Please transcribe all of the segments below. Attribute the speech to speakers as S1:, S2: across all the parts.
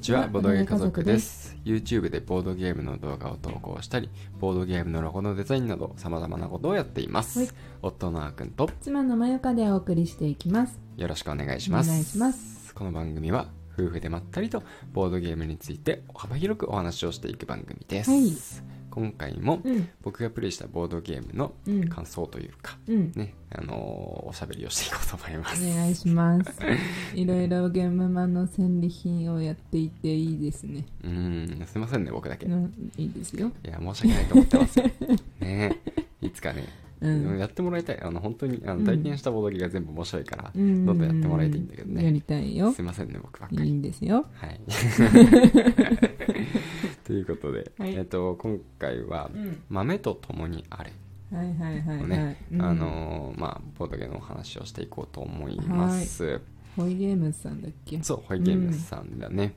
S1: ちはボードゲー家族です YouTube でボードゲームの動画を投稿したりボードゲームのロゴのデザインなどさまざまなことをやっています、
S2: はい
S1: 夫のあーくんと
S2: 妻のまゆかでお送りしていきます
S1: よろしくお願いします
S2: お願いします
S1: この番組は夫婦でまったりとボードゲームについて幅広くお話をしていく番組です、
S2: はい
S1: 今回も
S2: うん
S1: 僕がプレイしたボードゲームの
S2: うん
S1: 感想というか、
S2: うん
S1: ねあのーおしゃべりをしていこうと思いま
S2: お
S1: す
S2: 願いします いろいろゲームマンの戦利品をやっていていいですね
S1: うーんすいませんね僕だけ、い
S2: うんいいですよ
S1: や申し訳ないと思ってますよねいつかね
S2: うん
S1: やってもらいたいあの本当にあ
S2: う
S1: の
S2: ん
S1: 体験したボードゲームが全部面白いから、
S2: どん
S1: どんどんやってもらいたいんだけどね
S2: やりたいよ
S1: すいませんね僕ばっか
S2: い
S1: り
S2: いんですよ
S1: はい。ということで、
S2: はい
S1: えっと今回は
S2: うん
S1: 「豆と共にあれ
S2: はいはいはいは」い、
S1: ね、
S2: うん
S1: あのーまあボードゲームのお話をしていこうと思います、
S2: ホイゲームズさんだっけ
S1: そうホイゲームズさんだね、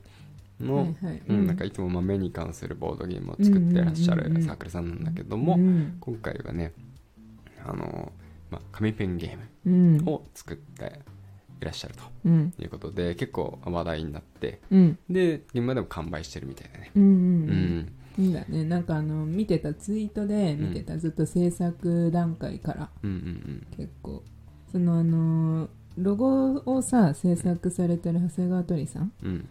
S1: の、
S2: はいはい
S1: うんなんかいつも豆に関するボードゲームを作ってらっしゃ
S2: うんうんうんう
S1: る
S2: ん
S1: サークルさんなんだけども、
S2: うん
S1: 今回はねあのー、まあ、紙ペンゲーム
S2: うん
S1: を作っていらっしゃると
S2: うん
S1: いうことで結構話題になって
S2: うん
S1: で現場でも完売してるみたいだね
S2: うんう
S1: うん、
S2: んいいんだねなんかあの見てたツイートで見てた、ずっと制作段階から
S1: うんうん
S2: 結構そのあのロゴをさ制作されてる長谷川鳥さん
S1: うん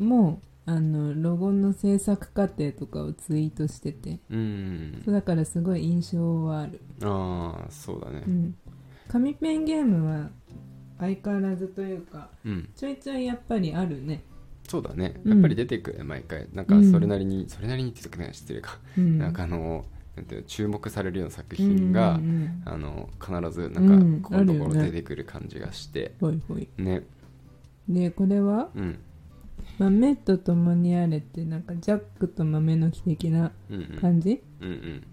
S1: うん
S2: もあのロゴの制作過程とかをツイートしてて
S1: うん
S2: そうだからすごい印象はある、
S1: ああそうだね
S2: うん、紙ペンゲームは相変わらずというか
S1: うん
S2: ちょいちょいやっぱりあるね、
S1: そうだね
S2: うん
S1: やっぱり出てくるね毎回なんかそれなりにそれなりにって言っとくね失礼か
S2: うん、
S1: なんかあのなんていうの注目されるような作品が
S2: うんうん
S1: あの必ず
S2: う
S1: なん
S2: ん
S1: かここのとこ
S2: ある
S1: ろ
S2: よ
S1: 出
S2: ね
S1: てくる感じがして
S2: うんほいほい
S1: ね
S2: でこれは
S1: うん
S2: 豆と共にあれってなんかジャックと豆の木的な
S1: うんうん
S2: 感じ
S1: うんうん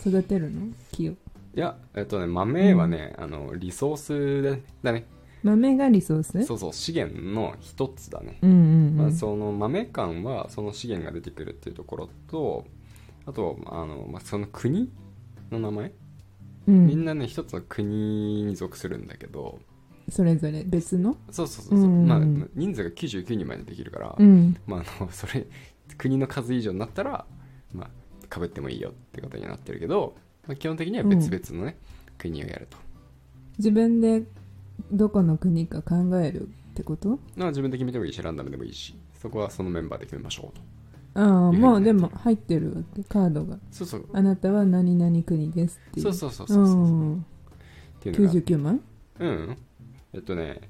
S2: 育てるの木を
S1: いやえっとね豆はねあのリソースだねだね
S2: 豆がリソース
S1: そうそう資源の一つだね、
S2: うんうんうん、
S1: まあ、その豆感はその資源が出てくるっていうところとあとあの、まあ、その国の名前、
S2: うん
S1: みんなね一つの国に属するんだけど
S2: それぞれ別の
S1: そうそうそうそう、
S2: うん
S1: まあ、人数が99人までできるから、
S2: うん
S1: まあ、あの それ国の数以上になったらまあかぶってもいいよってことにはなってるけど、まあ、基本的には別々のね、国をやると。
S2: 自分でどこの国か考えるってこと
S1: まあ、自分で決めてもいいしランダムでもいいしそこはそのメンバーで決めましょうと
S2: ああ
S1: いや
S2: もうでも入ってるわけカードが
S1: そうそう
S2: あなたは何々国ですっていう
S1: そう
S2: う
S1: そうそうそうそう
S2: う
S1: っていうのが
S2: 99枚
S1: うん。えっとね、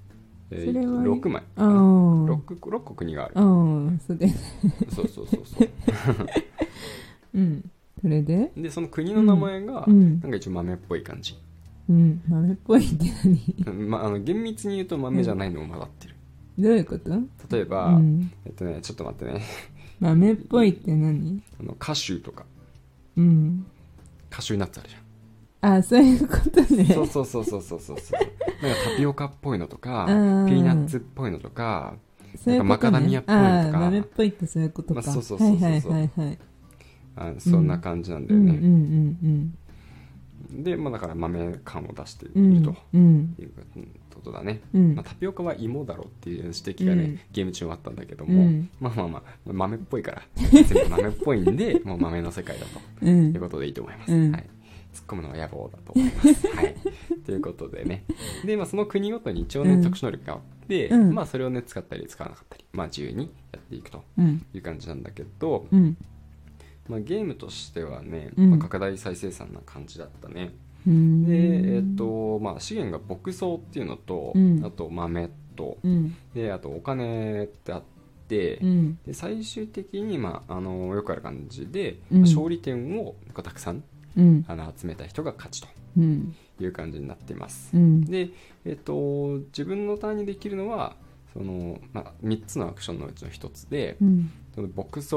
S1: え
S2: それは
S1: 6枚。
S2: ああ
S1: 6
S2: あ
S1: 個6国がある。
S2: あそれで
S1: そうそうそうそう。
S2: うんそれで
S1: で、その国の名前が、
S2: うん
S1: なんか一応豆っぽい感じ。
S2: うん豆っぽいって何
S1: まあ、あの厳密に言うと豆じゃないのも混ざってる。
S2: どういうこと
S1: 例えば、
S2: うん、
S1: えっとね、ちょっと待ってね。
S2: 豆っぽいって何
S1: あのカシューとか、
S2: うん
S1: カシューナッツあるじゃん。
S2: あそういうことね
S1: そうそうそうそうそう そうそう。なんかタピオカっぽいのとか、
S2: あ
S1: ピ
S2: ー
S1: ーナッツっぽいのとか、
S2: そういうこと、
S1: な
S2: ね、
S1: んかマカダミアっぽいのとか
S2: あー豆っぽいってそういうことか、
S1: まあそうそうそうそうそう
S2: はいはいはいはい
S1: あそんな感じなんだ
S2: う
S1: よ
S2: んうん
S1: ね。
S2: うん
S1: で、まあだから豆感を出してい
S2: うんう
S1: る
S2: ん
S1: と
S2: うん
S1: いうことだね。
S2: うん
S1: まあ、タピオカは芋だろっていう指摘がね、
S2: うん
S1: ゲーム中もあったんだけども、
S2: うん
S1: まあまあまあ豆っぽいから全部豆っぽいん でもう豆の世界だと
S2: う
S1: いうんことでいいと思います、
S2: うん
S1: はい、突っ込むのは野望だと思い ます、はい、ということでねで、まあ、その国ごとに一応ね、
S2: うん
S1: 特殊能力があって、
S2: うん
S1: まあ、それをね使ったり使わなかったり、まあ、自由にやっていくと
S2: うん
S1: いう感じなんだけど、
S2: うん
S1: まあ、ゲームとしてはね、
S2: うん
S1: まあ、拡大再生産な感じだったね、
S2: うん
S1: で、えっとまあ、資源が牧草っていうのと、
S2: うん
S1: あと豆と、
S2: うん
S1: であとお金ってあって、
S2: うん
S1: で最終的に、まあ、あのよくある感じで、
S2: うん
S1: 勝利点をこうたくさん
S2: うん
S1: あの集めた人が勝ちと
S2: うん
S1: いう感じになっています、
S2: うん
S1: で、えっと自分のターンにできるのはその、まあ、3つのアクションのうちの1つで
S2: うん
S1: その牧草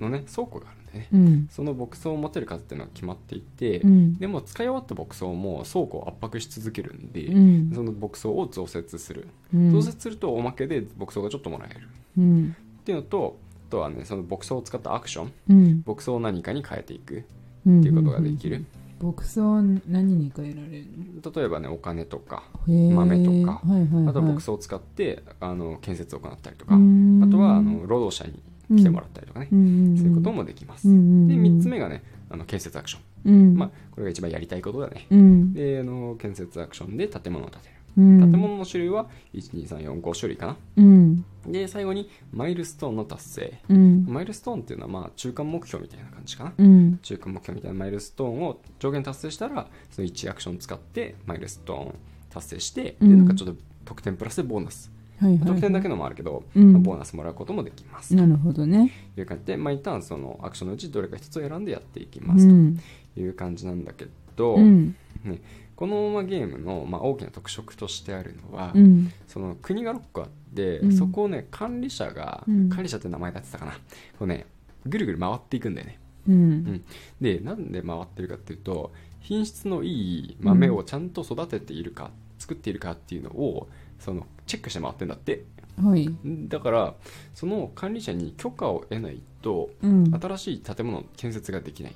S1: の、ね、倉庫があるんでね
S2: うん
S1: その牧草を持てる数っていうのは決まっていて、
S2: うん
S1: でも使い終わった牧草も倉庫を圧迫し続けるんで、
S2: うん
S1: その牧草を増設する、
S2: うん
S1: 増設するとおまけで牧草がちょっともらえる
S2: うん
S1: っていうのとあとはねその牧草を使ったアクション
S2: うん
S1: 牧草を何かに変えていくっ
S2: うん
S1: ていうことができる、
S2: 牧草は何に変えられる
S1: 例えばねお金とか
S2: のへー
S1: 豆とか
S2: はいはいはい
S1: あとは牧草を使ってあの建設を行ったりと
S2: と
S1: か、あとはあの労働者に来てもらったりとかね、
S2: うん
S1: そういうこともできます、
S2: うん
S1: で3つ目がねあの建設アクション、
S2: うん
S1: まあ、これが一番やりたいことだね
S2: うん
S1: であの建設アクションで建物を建てる
S2: うん
S1: 建物の種類は12345種類かな
S2: うん
S1: で最後にマイルストーンの達成
S2: うん
S1: マイルストーンっていうのはまあ中間目標みたいな感じかな
S2: うん
S1: 中間目標みたいなマイルストーンを上限達成したらその1アクション使ってマイルストーン達成して、
S2: うん
S1: でなんかちょっと得点プラスでボーナス
S2: はいはい
S1: 得点だ
S2: は
S1: けのもあるけど、
S2: うん
S1: まあボーナスもらうこともできます、
S2: いなるほどね
S1: という感じで毎ターンそのアクションのうちどれか一つを選んでやっていき
S2: う
S1: ます
S2: ん
S1: という感じなんだけど、
S2: うん
S1: ね、このまあゲームのまあ大きな特色としてあるのは、
S2: うん
S1: その国が6個あって、
S2: うん
S1: そこをね管理者が、
S2: うん
S1: 管理者って名前だってたかなこうねぐるぐる回っていくんだよね
S2: うん
S1: でなんで回ってるかっていうと品質のいい豆をちゃんと育てているか、作っているかっていうのをそのチェックして回ってんだって
S2: はい
S1: だからその管理者に許可を得ないと
S2: うん
S1: 新しい建物の建設ができない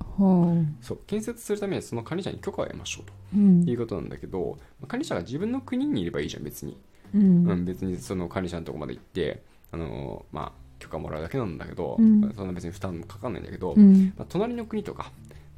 S2: は
S1: そう建設するためにその管理者に許可を得ましょう
S2: あうん
S1: ということなんだけど管理者が自分の国にいればいいじゃん別に
S2: う
S1: うんん、別にその管理者のとこまで行って、あのーまあ、許可もらうだけなんだけど、
S2: うん
S1: そんな別に負担もかかんないんだけど、
S2: うん
S1: まあ、隣の国とか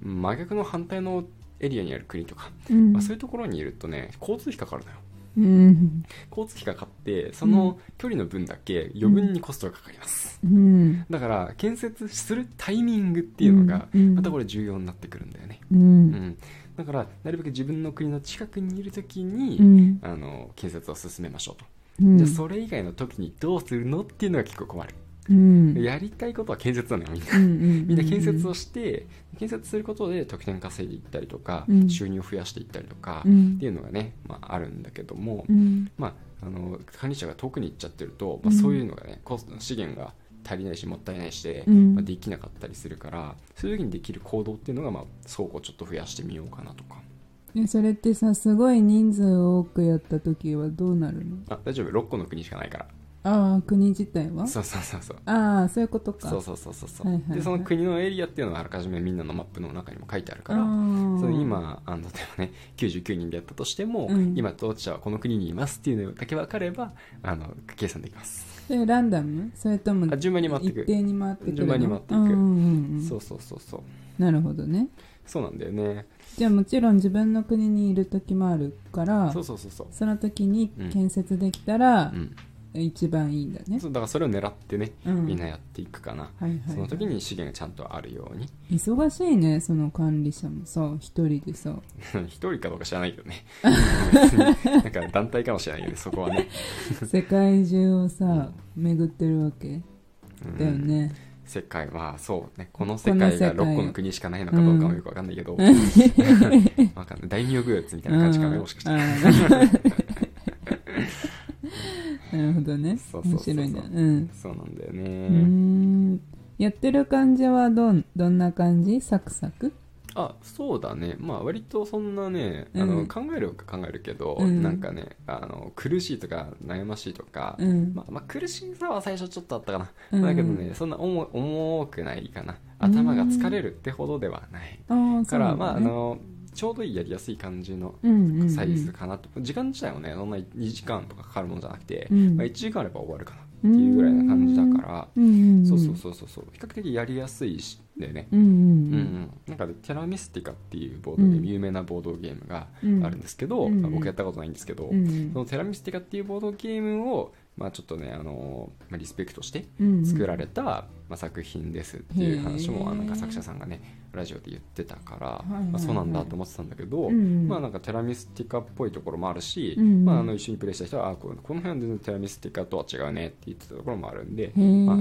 S1: うん真逆の反対のエリアにある国とか、
S2: うん
S1: まあ、そういうところにいるとね交通費かかるのよ
S2: うん
S1: 交通費がかかってその距離の分だけ余分にコストがかかります、
S2: うん
S1: だから建設するタイミングっていうのが
S2: うんうん
S1: またこれ重要になってくるんだよね、
S2: う
S1: うんん、だからなるべく自分の国の近くにいる時に、
S2: うん
S1: あの建設を進めましょうと
S2: うん
S1: じゃあそれ以外の時にどうするのっていうのが結構困る、
S2: うん
S1: やりたいことは建設なのよみんな、
S2: うんうん
S1: みんな建設をして建設することで得点稼いでいったりとか、
S2: うん
S1: 収入を増やしていったりとか、
S2: う
S1: っ
S2: ん
S1: ていうのがね、まあ、あるんだけども、
S2: うん
S1: まああの管理者が遠くに行っちゃってると、まあ、
S2: うん
S1: そういうのがねコスト資源が足りないしもったいないしで、
S2: うん
S1: まあ、できなかったりするからそういう時にできる行動っていうのが、まあ、倉庫をちょっと増やしてみようかなとか
S2: ねそれってさすごい人数多くやった時はどうなるの
S1: あ大丈夫6個の国しかないから
S2: ああ国自体は
S1: そうそうそうそう
S2: ああそういうことか
S1: そうそうそうそうそう、
S2: はいはいはい
S1: でその国のエリアっていうのはあらかじめみんなのマップの中にも書いてあるから
S2: ああ
S1: それ今あの例えばね99人でやったとしても、
S2: うん
S1: 今当事者はこの国にいますっていうのだけ分かればあの計算できます
S2: それランダムそれとも
S1: あ順番に回っていく
S2: 一定に回ってくる
S1: 順番に回っていく
S2: うんうんうん
S1: そうそうそうそう
S2: なるほどね
S1: そうなんだよね
S2: じゃあもちろん自分の国にいる時もあるから
S1: そう
S2: そ
S1: そうそうそう
S2: の時に建設できた
S1: う、
S2: ら
S1: ん、
S2: 一番いいんだね
S1: そうだからそれを狙ってね、
S2: うん
S1: みんなやっていくかな、
S2: はいはいはい
S1: その時に資源がちゃんとあるように
S2: 忙しいねその管理者もさ一人で さ
S1: 一人かどうか知らないけど ねなんか団体かもしれないけどねそこはね、
S2: 世界中をさ巡ってるわけ
S1: うん
S2: だよね、
S1: 世界はそうねこの世
S2: この
S1: 界
S2: 世界
S1: が
S2: を
S1: 6個の国しかないのかどうかもよくわかんないけど、 わかんない大名行列みたいな感じかなもしか したら、
S2: うん なるほどね
S1: そうそうそう
S2: 面
S1: そう
S2: 白いなうん
S1: そうなんだよ
S2: う
S1: ね、
S2: ーんやってる感じはどんどんな感じサクサク
S1: あそうだねまあ割とそんなね、あ
S2: う
S1: の
S2: ん
S1: 考えるか考えるけど、
S2: うん
S1: なんかねあの苦しいとか悩ましいとか、
S2: うん
S1: まあ、まあ苦しさは最初ちょっとあったかな、
S2: うん
S1: だけどねそんな重重くないかな頭が疲れるってほどではない、
S2: ああ
S1: だ
S2: そ
S1: か
S2: う
S1: ら、
S2: なん
S1: まあ
S2: だ
S1: あ
S2: ね
S1: のちょうどいいやりやすい感じの
S2: うんうんうん
S1: サイズかなと、時間自体はねそんな2時間とかかかるものじゃなくて、
S2: うん
S1: まあ、1時間あれば終わるかなっていうぐらいな感じだから、
S2: うんうんうん
S1: そうそうそうそうそう比較的やりやすいしでね、
S2: うん
S1: うん
S2: う
S1: うんん、なんかテラミスティカっていうボードゲーム、
S2: うん
S1: 有名なボードゲームが
S2: うん
S1: あるんですけど、
S2: うん
S1: まあ僕やったことないんですけど、
S2: うん
S1: そのテラミスティカっていうボードゲームを、まあ、ちょっとね、あのーまあ、リスペクトして
S2: うん
S1: 作られた、まあ、作品ですっていう話
S2: へ
S1: も
S2: ー
S1: あなんか作者さんがねラジオで言ってたから、
S2: いはいはい
S1: まあ、そうなんだと思ってたんだけど、
S2: うん
S1: まあなんかテラミスティカっぽいところもあるし、
S2: うんうん
S1: まあ、あの一緒にプレイした人はあここの辺は全然テラミスティカとは違うねって言ってたところもあるんで、
S2: へー
S1: まあ、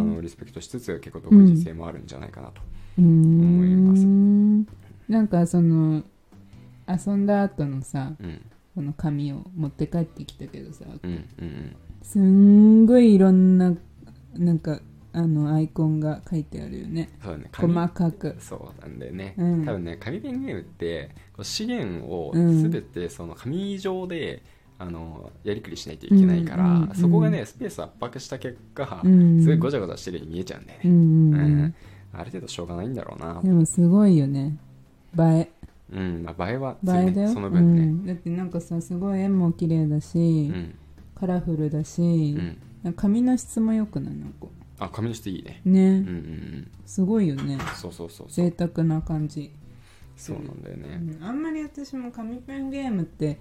S1: あのリスペクトしつつ結構独自性もあるんじゃないかなと。
S2: うーん
S1: 思います
S2: なんかその遊んだ後のさ
S1: うん
S2: この紙を持って帰ってきたけどさ
S1: うんうんうん
S2: すんごいいろんななんかあのアイコンが書いてあるよね
S1: そうだね紙
S2: 細かく
S1: そうなんだよね、
S2: うん
S1: 多分ね紙ペンゲームってこう資源を
S2: うん
S1: 全てその紙上で、あのやりくりしないといけないから、
S2: うんうんうん
S1: そこがねスペース圧迫した結果、
S2: うん
S1: すごいごちゃごちゃしてるように見えちゃうんだよ
S2: う
S1: ね、
S2: んう
S1: う
S2: んうんん
S1: ある程度しょうがないんだろうな
S2: で、もすごいよね映
S1: うんまあ、映えは
S2: え
S1: する
S2: 映え
S1: ね
S2: だよ、
S1: その
S2: う
S1: 分ね
S2: ん、だってなんかさすごい絵も綺麗だし、
S1: うん
S2: カラフルだし、
S1: うん
S2: 髪の質も良くないなんか
S1: あ紙の質いいね
S2: ね、
S1: うんうんうん
S2: すごいよね
S1: そうそうそうそう
S2: 贅沢な感じ、
S1: そうなんだよ
S2: う
S1: ね
S2: ん、あんまり私も紙ペンゲームって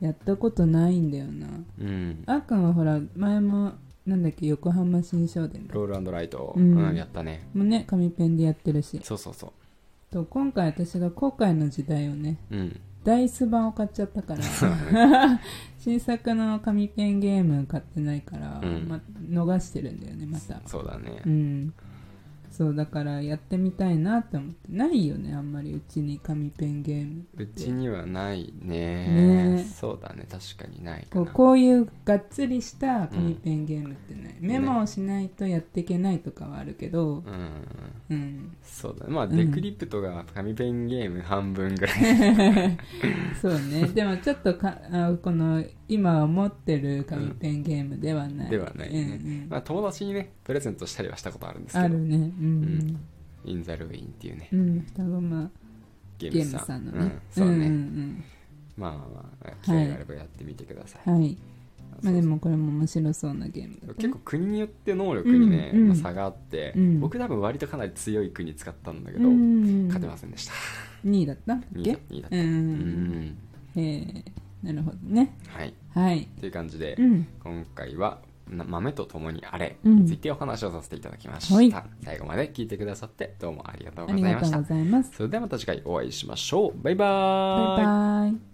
S2: やったことないんだよな
S1: うん
S2: あーくんはほら前もなんだっけ横浜新商店だ
S1: ロールライト、
S2: うん
S1: うん、やったね
S2: もうね紙ペンでやってるし
S1: そうそうそ
S2: と今回私が後悔の時代をね
S1: ううん
S2: ダイス版を買っちゃったから 新作の紙ペンゲーム買ってないから、
S1: うん
S2: ま、逃してるんだよねまた
S1: そうだね
S2: うんそうだからやってみたいなって思ってないよねあんまりうちに紙ペンゲーム
S1: うちにはないね
S2: ね
S1: そうだね確かにないか
S2: こう
S1: な
S2: こういうがっつりした紙ペンゲームってない、メモをしないとやっていけないとかはあるけど、
S1: うん
S2: うん
S1: そうだねまあ、
S2: うん
S1: デクリプトが紙ペンゲーム半分ぐらい
S2: そう ねでもちょっとかあこの今持ってる紙ペンゲームではない、
S1: ではないね、
S2: うんうん
S1: まあ、友達にねプレゼントしたりはしたことあるんですけ
S2: あ
S1: ど
S2: るねうん、
S1: インザルウィンっていうね
S2: うんうん、双子ま
S1: ゲ
S2: ゲ
S1: ーム
S2: ー
S1: さ
S2: ムさんの
S1: う
S2: ね
S1: ん、そうね、
S2: ん
S1: まあまあまあ機会があればやってみてください、
S2: うんうん、はい
S1: そ
S2: ま
S1: う
S2: あでもこれも面白そうなゲームだ
S1: そう
S2: ね
S1: 結構国によって能力にね、
S2: うんうん
S1: まあ差があって、
S2: うん
S1: 僕多分割とかなり強い国使ったんだけ
S2: う
S1: ど、
S2: ん
S1: 勝てませんでした
S2: 2位だったんだっ
S1: 2位
S2: け
S1: だ2位だ
S2: う
S1: うんん
S2: えー、なるほどね
S1: はい
S2: はい
S1: という感じで、
S2: うん
S1: 今回は「な豆と共にあれ」
S2: うん
S1: についてお話をさせていただきました、
S2: はい
S1: 最後まで聞いてくださってどうもありがとう
S2: あ
S1: ござ
S2: り
S1: い
S2: が
S1: ま
S2: と
S1: し
S2: う
S1: た
S2: ございます
S1: それではまた次回お会いしましょうバイバ
S2: バ
S1: ーイ
S2: イバイ